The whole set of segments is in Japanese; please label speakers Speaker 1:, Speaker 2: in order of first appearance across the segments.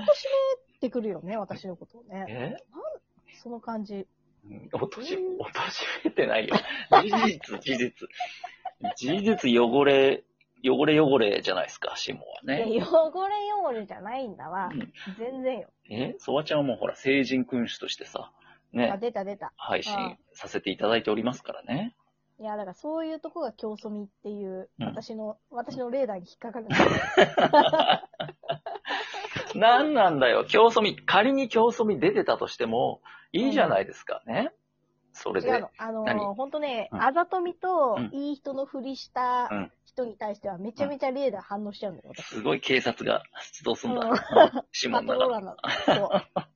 Speaker 1: ってくるよね、私のことをね。
Speaker 2: え
Speaker 1: その感じ。
Speaker 2: うん落とし、落としめてないよ。事実、事実。事実汚れ、汚れ汚れじゃないですか、シモはい
Speaker 1: や
Speaker 2: ね。
Speaker 1: 汚れ汚れじゃないんだわ。全然よ。
Speaker 2: えソワちゃんはもうほら、成人君主としてさ、
Speaker 1: あ、
Speaker 2: ね、
Speaker 1: 出た出た。
Speaker 2: 配信させていただいておりますからね。
Speaker 1: いや、だからそういうとこが競争みっていう、
Speaker 2: うん
Speaker 1: 私の、私のレーダーに引っかか るんだよ。
Speaker 2: なんなんだよ、競争み、仮に競争み出てたとしても、いいじゃないですかね。それ
Speaker 1: 違う
Speaker 2: で
Speaker 1: の。。あの
Speaker 2: 何
Speaker 1: ー、ほんとね、
Speaker 2: うん
Speaker 1: あざとみと
Speaker 2: うん、
Speaker 1: いい人のふりし
Speaker 2: う
Speaker 1: た
Speaker 2: ん
Speaker 1: 人に対しては、めちゃめちゃレーダー反応しちゃうんだよ、私。
Speaker 2: すごい警察が出動すんだ。
Speaker 1: う
Speaker 2: うんシモ
Speaker 1: パ
Speaker 2: ン
Speaker 1: ト
Speaker 2: な
Speaker 1: ローラ
Speaker 2: ら。
Speaker 1: ーなの。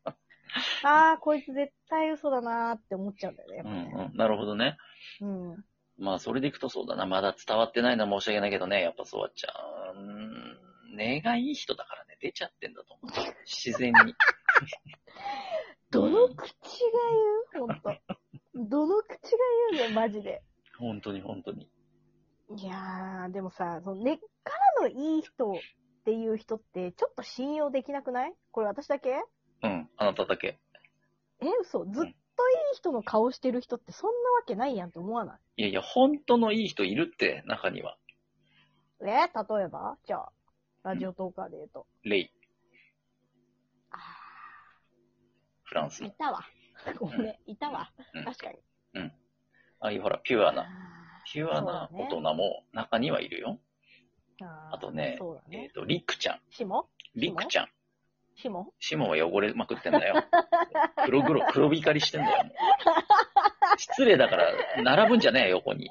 Speaker 1: そう。 あー、こいつ絶対嘘だなーって思っちゃうんだよねやっ
Speaker 2: う
Speaker 1: ぱ
Speaker 2: ん
Speaker 1: ね。
Speaker 2: うん、なるほどね。
Speaker 1: うん。
Speaker 2: まあ、それでいくとそうだな。まだ伝わってないのは申し訳ないけどね。やっぱそうわちゃん、根がいい人だからね、出ちゃってんだと思う。自然に。
Speaker 1: どの口が言うほんと。どの口が言うね、マジで。
Speaker 2: 本当に本当に。
Speaker 1: いやー、でもさ、その根っからのいい人っていう人って、ちょっと信用できなくないこれ私だけ
Speaker 2: うん、あなただけ。
Speaker 1: え、嘘ずっといい人の顔してる人ってそんなわけないやんって思わない
Speaker 2: いやいや、本当のいい人いるって、中には。
Speaker 1: え例えばじゃあ、ラジオトーカーで言うと。
Speaker 2: レイ、
Speaker 1: あ
Speaker 2: フランス
Speaker 1: ー、い
Speaker 2: の。
Speaker 1: たわ。 ごめん、いたわ
Speaker 2: うん。
Speaker 1: 確かに。
Speaker 2: ああいうほら、ピュアな、
Speaker 1: あ
Speaker 2: ピュアな
Speaker 1: そうだ
Speaker 2: 大
Speaker 1: ね
Speaker 2: 人も中にはいるよ。
Speaker 1: ーあー
Speaker 2: あとね
Speaker 1: そうだ
Speaker 2: えっ
Speaker 1: ね。
Speaker 2: と、リクちゃん。
Speaker 1: シモ
Speaker 2: リクちゃん。
Speaker 1: シモ
Speaker 2: シモンは汚れまくってんだよ。黒黒、黒光りしてんだよ。もう失礼だから、並ぶんじゃねえよ、横に。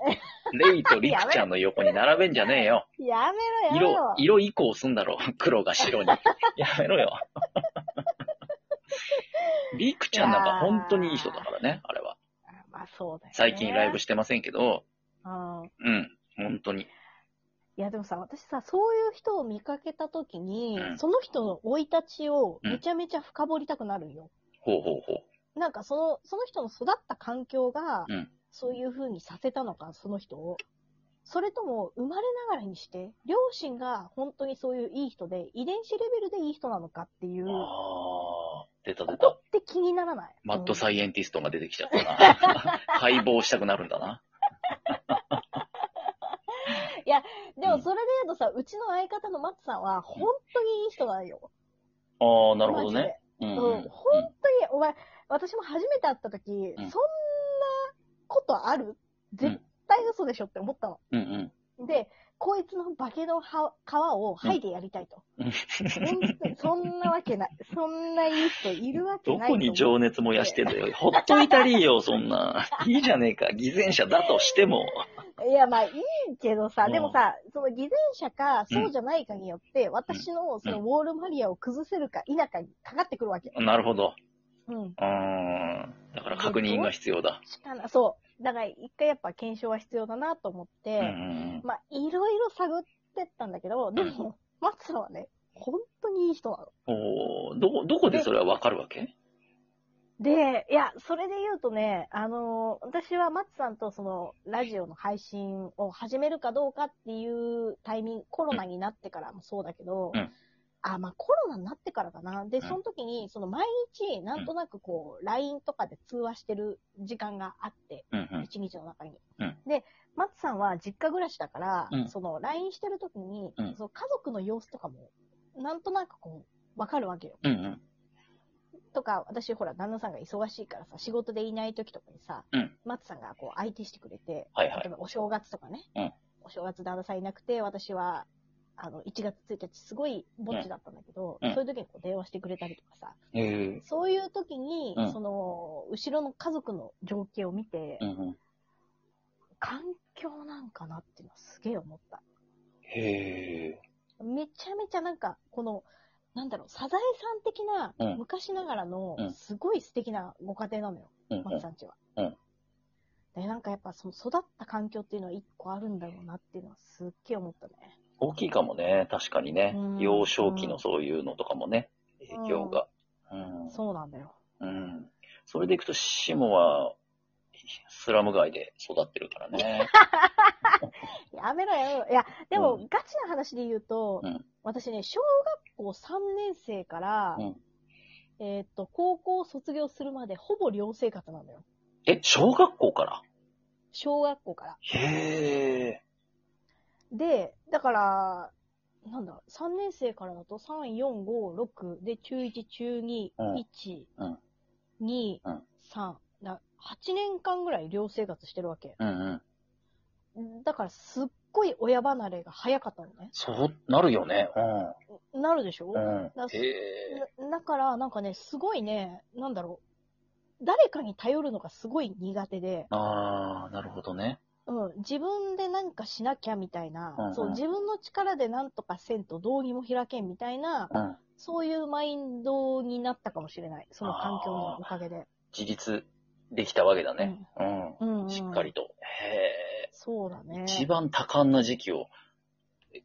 Speaker 2: レイとリクちゃんの横に並べんじゃねえよ。
Speaker 1: やめろ、やめ
Speaker 2: 色
Speaker 1: ろ、。
Speaker 2: 色移行すんだろ、黒が白に。やめろよ。リクちゃんなんか本当にいい人だからね、あれは。
Speaker 1: あまあそうだよ、ね。
Speaker 2: 最近ライブしてませんけど、
Speaker 1: うん。
Speaker 2: うん、本当に。
Speaker 1: いやでもさ、私さ、そういう人を見かけたときに、
Speaker 2: うん
Speaker 1: その人の生い立ちをめちゃめちゃ深掘りたくなるよ。
Speaker 2: ほうほうほう。
Speaker 1: なんかその、その人の育った環境が、
Speaker 2: うん
Speaker 1: そういう風にさせたのか、その人を。それとも、生まれながらにして、両親が本当にそういういい人で、遺伝子レベルでいい人なのかっていう、こ
Speaker 2: あー、出た出
Speaker 1: こ
Speaker 2: た。
Speaker 1: って気にならない。
Speaker 2: マッド
Speaker 1: イ
Speaker 2: サイエンティストが出てきちゃった な。解剖したくなるんだな。
Speaker 1: でもそれで言うとさ、うちの相方のマットさんは、本当にいい人なんよ。
Speaker 2: あー、なるほど
Speaker 1: マジで
Speaker 2: ね。うん
Speaker 1: う、
Speaker 2: うんん
Speaker 1: 本当に、お前、私も初めて会った時、そんなことある絶対嘘でしょって思ったの。
Speaker 2: うんうん。
Speaker 1: で、こいつの化けのは皮を剥いでやりたいと。本当にそんなわけ ない。そんないい人いるわけ
Speaker 2: ど
Speaker 1: ないと
Speaker 2: こに
Speaker 1: 思う。
Speaker 2: 情熱燃やしてんだよ。ほっといたりよ、そんな。いいじゃねえか。偽善者だとしても。
Speaker 1: いや、まあいいけどさ、
Speaker 2: うん
Speaker 1: でもさ、その偽善者か、そうじゃないかによって、私のそのウォールマリアを崩せるか否かにかかってくるわけ。
Speaker 2: なるほど。
Speaker 1: うん。
Speaker 2: うーん。だから確認が必要だ。
Speaker 1: しかな、そう。だから一回やっぱ検証は必要だなと思って、
Speaker 2: うんうん
Speaker 1: まあ、いろいろ探ってったんだけど、でも、マツさんはね、本当にいい人なの。
Speaker 2: うん。おーどこ、どこでそれはわかるわけ
Speaker 1: で、いや、それで言うとね、あのー私はマツさんとその、ラジオの配信を始めるかどうかっていうタイミング、コロナになってからもそうだけど、
Speaker 2: うん
Speaker 1: あ、まあコロナになってからかな。で、
Speaker 2: ん
Speaker 1: その時に、その毎日、なんとなくこう、LINE とかで通話してる時間があって、
Speaker 2: うんうん。
Speaker 1: 一日の中に。
Speaker 2: うん
Speaker 1: で、マツさんは実家暮らしだから、
Speaker 2: うん
Speaker 1: その、LINE してる時に、
Speaker 2: うん
Speaker 1: その家族の様子とかも、なんとなくこう、わかるわけよ。
Speaker 2: うんうん。
Speaker 1: とか、私ほら、旦那さんが忙しいからさ、仕事でいない時とかにさ、
Speaker 2: うん
Speaker 1: マツさんがこう、相手してくれて、
Speaker 2: はいは
Speaker 1: 例え
Speaker 2: い。
Speaker 1: ばお正月とかね、
Speaker 2: うん
Speaker 1: お正月旦那さんいなくて、私は、あの、1月1日すごいぼっちだったんだけど、
Speaker 2: うん
Speaker 1: そういう時にこう電話してくれたりとかさ、
Speaker 2: へえ。
Speaker 1: そういう時に、
Speaker 2: うん
Speaker 1: その、後ろの家族の情景を見て、
Speaker 2: うんうん。
Speaker 1: 環境なんかなっていうのはすげえ思った。
Speaker 2: へえ。
Speaker 1: めちゃめちゃなんか、この、なんだろう、サザエさん的
Speaker 2: う
Speaker 1: な、
Speaker 2: ん
Speaker 1: 昔ながらの
Speaker 2: うん、
Speaker 1: すごい素敵なご家庭なのよ、
Speaker 2: うん
Speaker 1: マツさんちは。
Speaker 2: うん
Speaker 1: で、なんかやっぱその育った環境っていうのは一個あるんだろうなっていうのはすっげえ思ったね。
Speaker 2: 大きいかもね。確かにね
Speaker 1: うん。
Speaker 2: 幼少期のそういうのとかもね。
Speaker 1: ん
Speaker 2: 影響が。うん。
Speaker 1: そうなんだよ。
Speaker 2: うん。それでいくと、シモは、スラム街で育ってるからね。
Speaker 1: やめろやめろ。いや、でも、
Speaker 2: う
Speaker 1: ガチな話で言うと、
Speaker 2: うん
Speaker 1: 私ね、小学校3年生から、
Speaker 2: うん
Speaker 1: えーっと、高校を卒業するまでほぼ寮生活なのよ。
Speaker 2: え、小学校から
Speaker 1: 小学校から。
Speaker 2: へえ。
Speaker 1: で、だから、なんだ、3年生からだと、3、4、5、6、で、中1、中2、
Speaker 2: うん
Speaker 1: 1、
Speaker 2: うん
Speaker 1: 2、
Speaker 2: うん
Speaker 1: 3、だ8年間ぐらい寮生活してるわけ。
Speaker 2: うんうん。
Speaker 1: だから、すっごい親離れが早かったのね。
Speaker 2: そうなるよね。
Speaker 1: なるでしょ、
Speaker 2: うん。うん
Speaker 1: だか。ら
Speaker 2: へえ。
Speaker 1: だだから、なんかね、すごいね、なんだろう。誰かに頼るのがすごい苦手で、
Speaker 2: ああ、なるほどね。
Speaker 1: うん、自分でなんかしなきゃみたいな、
Speaker 2: うんうん
Speaker 1: そう、自分の力でなんとかせんとどうにも開けんみたいな、
Speaker 2: うん。
Speaker 1: そういうマインドになったかもしれない。その環境のおかげで。
Speaker 2: 自立できたわけだね。うん。
Speaker 1: うん、うん。
Speaker 2: しっか。りと。へ
Speaker 1: そうだ
Speaker 2: え。
Speaker 1: ね。
Speaker 2: 一番多感な時期を、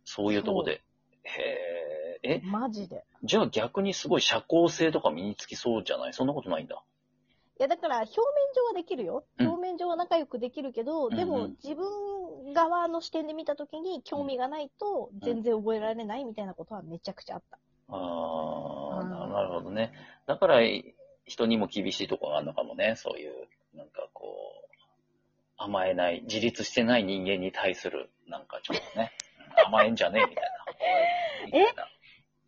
Speaker 2: そういうとこで。へえ。え、
Speaker 1: マジで。
Speaker 2: じゃあ逆にすごい社交性とか身につきそうじゃないそんなことないんだ。
Speaker 1: いや、だから表面上はできるよ。
Speaker 2: うん
Speaker 1: 表面上は仲良くできるけど、
Speaker 2: うん
Speaker 1: でも自分側の視点で見たときに興味がないと全然覚えられないみたいなことはめちゃくちゃあった。
Speaker 2: ああ、な
Speaker 1: うん
Speaker 2: なるほどね。だから、い人にも厳しいとこがあるのかもね。そういう、なんかこう、甘えない、自立してない人間に対する、なんかちょっとね、甘えんじゃねえみたいな。みたいな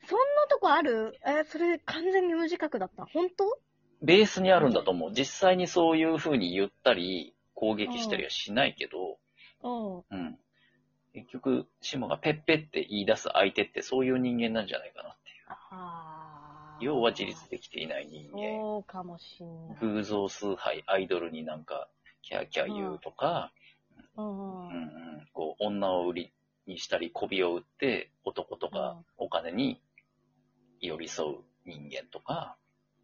Speaker 1: そんなとこあるえそれ完全に無自覚だった。本当
Speaker 2: ベースにあるんだと思う。実際にそういう風に言ったり、攻撃したりはしないけど、
Speaker 1: うん。
Speaker 2: うん。結局、シモがペッペって言い出す相手ってそういう人間なんじゃないかなっていう。
Speaker 1: あー
Speaker 2: 要は自立できていない人間。
Speaker 1: そうかもしんない。
Speaker 2: 偶像崇拝、アイドルになんか、キャーキャー言うとか、
Speaker 1: うんうん
Speaker 2: う
Speaker 1: ん。
Speaker 2: うんこう、女を売りにしたり、媚びを売って、男とかお金に寄り添う人間とか、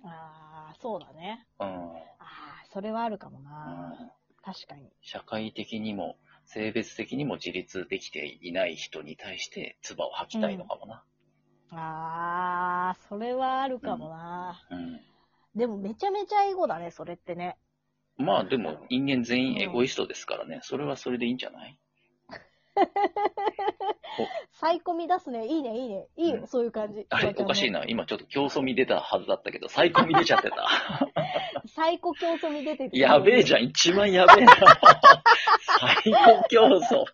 Speaker 1: ああ、そうだね。
Speaker 2: うん、うん
Speaker 1: ああ、それはあるかもな。確かに。
Speaker 2: 社会的にも、性別的にも自立できていない人に対して、唾を吐きたいのかもな。
Speaker 1: ああ、それはあるかもな。
Speaker 2: うん
Speaker 1: でもめちゃめちゃ英語だね、それってね。
Speaker 2: まあでも、人間全員エゴイストですからね、それはそれでいいんじゃない
Speaker 1: サイコミ出すね。いいね、いいね。いいよ、
Speaker 2: うん
Speaker 1: そういう感じ。
Speaker 2: あれ、おかしい
Speaker 1: な。
Speaker 2: な。今ちょっと競争み出たはずだったけど、最高み出ちゃってた。
Speaker 1: サイコ競争に出てて
Speaker 2: やべえじゃん、一番やべえな。最高競争。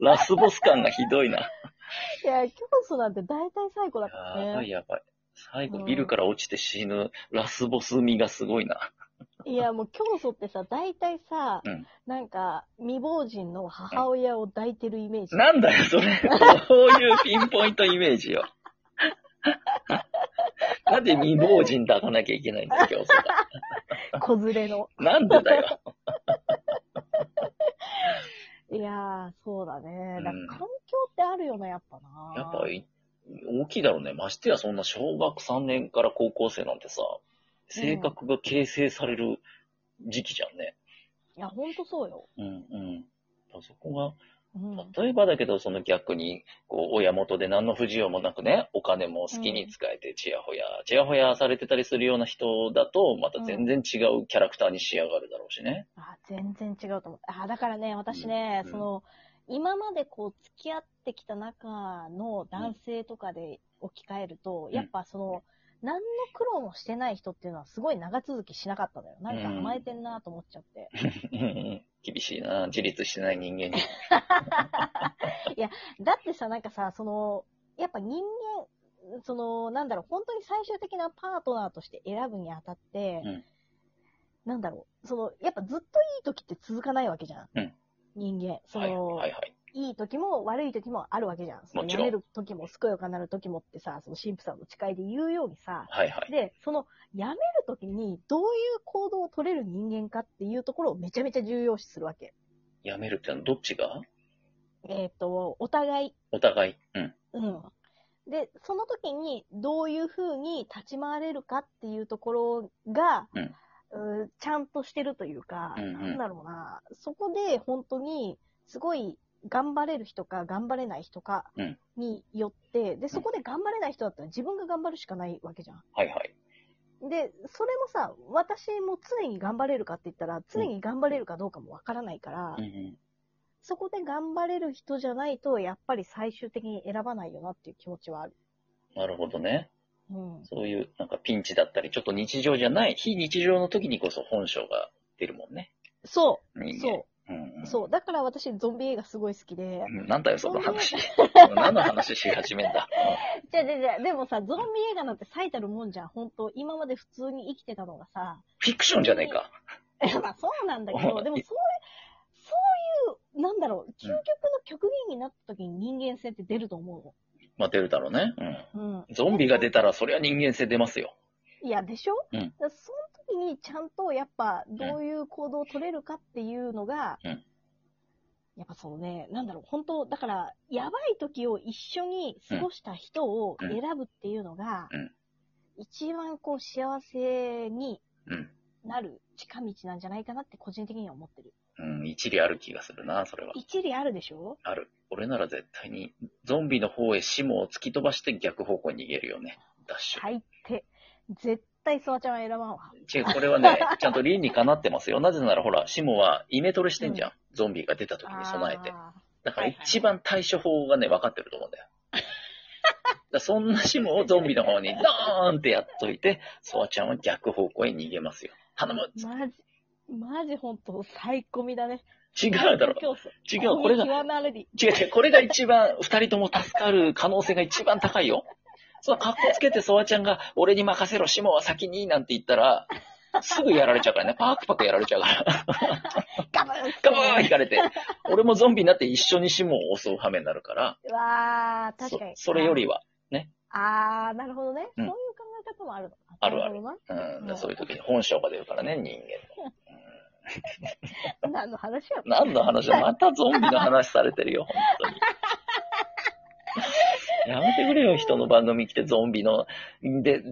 Speaker 2: ラスボス感がひどいな。
Speaker 1: いや、競争なんて大体サイコだから
Speaker 2: やばい
Speaker 1: ね。
Speaker 2: やばい。最
Speaker 1: う
Speaker 2: 後、
Speaker 1: ん
Speaker 2: ビルから落ちて死ぬ、ラスボス味がすごいな。
Speaker 1: いや、もう競争ってさ、大体さ、
Speaker 2: うん
Speaker 1: なんか、未亡人の母親を抱いてるイメージ。
Speaker 2: なんだよ、それ。そういうピンポイントイメージよ。なんで未亡人抱かなきゃいけないんだよ、競争が。
Speaker 1: 子連れの。
Speaker 2: なんでだよ。
Speaker 1: いやー、そうだね。だから
Speaker 2: うん
Speaker 1: 環境ってあるよな、やっぱな。
Speaker 2: やっぱ、大きいだろうね。ましてや、そんな小学3年から高校生なんてさ、性格が形成される時期じゃんね。
Speaker 1: いや、ほんとそうよ。
Speaker 2: うんうん。そこ
Speaker 1: うん。
Speaker 2: が、例えばだけど、その逆に、こう、親元で何の不自由もなくね、お金も好きに使えて、ちやほや、ちやほやされてたりするような人だと、また全然違うキャラクターに仕上がるだろうし ね。
Speaker 1: あ、全然違うと思う。あ、だからね、私ね、
Speaker 2: うん
Speaker 1: その、今までこう、付き合ってきた中の男性とかで置き換えると、
Speaker 2: ん
Speaker 1: やっぱその、何の苦労もしてない人っていうのはすごい長続きしなかったのよ。なんか甘えてんなと思っちゃって。
Speaker 2: うんうん厳しいな自立してない人間に。
Speaker 1: だってさ、なんかさ、その、やっぱ人間、その、なんだろう、本当に最終的なパートナーとして選ぶにあたって、
Speaker 2: うん
Speaker 1: なんだろう、その、やっぱずっといい時って続かないわけじゃん。
Speaker 2: うん
Speaker 1: 人間。そ
Speaker 2: はい
Speaker 1: の、
Speaker 2: はいはい。
Speaker 1: いい時も悪い時もあるわけじゃん。その
Speaker 2: も
Speaker 1: 辞
Speaker 2: ちろん
Speaker 1: める時も健やかなる時もってさ、その神父さんの誓いで言うようにさ、
Speaker 2: はいはい。
Speaker 1: で、その辞める時にどういう行動を取れる人間かっていうところをめちゃめちゃ重要視するわけ。
Speaker 2: やめるってのはどっちが
Speaker 1: えっ、と、お互い、
Speaker 2: お互い。うん。
Speaker 1: うん。で、その時にどういう風に立ち回れるかっていうところが、
Speaker 2: うん
Speaker 1: うんちゃんとしてるというか、
Speaker 2: うんうん
Speaker 1: なんだろうな、そこで本当にすごい頑張れる人か頑張れない人か
Speaker 2: うん
Speaker 1: によって、で、そこで頑張れない人だったら自分が頑張るしかないわけじゃん。
Speaker 2: はいはい。
Speaker 1: で、それもさ、私も常に頑張れるかって言ったら、常に頑張れるかどうかもわからないから、
Speaker 2: うんうん
Speaker 1: そこで頑張れる人じゃないと、やっぱり最終的に選ばないよなっていう気持ちはある。
Speaker 2: なるほどね。
Speaker 1: うん。
Speaker 2: そういうなんかピンチだったり、ちょっと日常じゃない、非日常の時にこそ本性が出るもんね。
Speaker 1: そう、
Speaker 2: 人間
Speaker 1: そ
Speaker 2: うんうん、
Speaker 1: う、そう。だから私、ゾンビ映画すごい好きで。
Speaker 2: うん。なんだよ、その話。何の話し始めんだ。
Speaker 1: じゃじゃじゃでもさ、ゾンビ映画なんて最たるもんじゃん。本当今まで普通に生きてたのがさ。
Speaker 2: フィクションじゃねえか。
Speaker 1: まあ、そうなんだけど、でもそういう、そういう、なんだろう、究極の極限になった時に人間性って出ると思
Speaker 2: まあ、出るだろうね。
Speaker 1: うの。
Speaker 2: うん。ゾンビが出たら、そりゃ人間性出ますよ。
Speaker 1: うん。いや、でしょ
Speaker 2: うん
Speaker 1: だからその時にちゃんと、やっぱ、どういう行動を取れるかっていうのが、
Speaker 2: うん
Speaker 1: やっぱそのね、なんだろう、本当だから、やばい時を一緒に過ごした人を選ぶっていうのが、
Speaker 2: うん
Speaker 1: 一番こう、幸せに
Speaker 2: うん。
Speaker 1: なる近道なんじゃないかなって個人的には思ってる。
Speaker 2: うん、一理ある気がするな、それは。
Speaker 1: 一理あるでしょ
Speaker 2: ある。俺なら絶対に、ゾンビの方へシモを突き飛ばして逆方向に逃げるよね。ダッシュ。
Speaker 1: 最低。絶対ソワちゃんは選ばんわ。
Speaker 2: 違う、これはね、ちゃんと倫にかなってますよ。なぜならほら、シモはイメトレしてんじゃん。ゾンビが出た時に備えて。
Speaker 1: あー
Speaker 2: だから
Speaker 1: はいはい
Speaker 2: 一番対処法がね、分かってると思うんだよ。だからそんなシモをゾンビの方にドーンってやっといて、ソワちゃんは逆方向へ逃げますよ。頼む
Speaker 1: マジ、マジ本当、最コミだね。
Speaker 2: 違うだろ。
Speaker 1: 競争。
Speaker 2: 違う、これが、
Speaker 1: コミ極まるに
Speaker 2: 違う違う、これが一番、二人とも助かる可能性が一番高いよ。その格好つけてソワちゃんが、俺に任せろ、シモは先に、なんて言ったら、すぐやられちゃうからね。パクパクやられちゃうから。
Speaker 1: ガブーン
Speaker 2: ガバーン引かれて。俺もゾンビになって一緒にシモを襲う羽目になるから、
Speaker 1: うわー、確
Speaker 2: そ
Speaker 1: かに。
Speaker 2: それよりは、
Speaker 1: あー。あー、なるほどね。
Speaker 2: うん
Speaker 1: そういう考え方もあるの。
Speaker 2: あるある
Speaker 1: なほどな。
Speaker 2: うん、
Speaker 1: うん
Speaker 2: そういう時に本性が出るからね、人間
Speaker 1: 何の話やろ
Speaker 2: の。何の話だまたゾンビの話されてるよ、本当に。やめてくれよ、人の番組来てゾンビの、で、出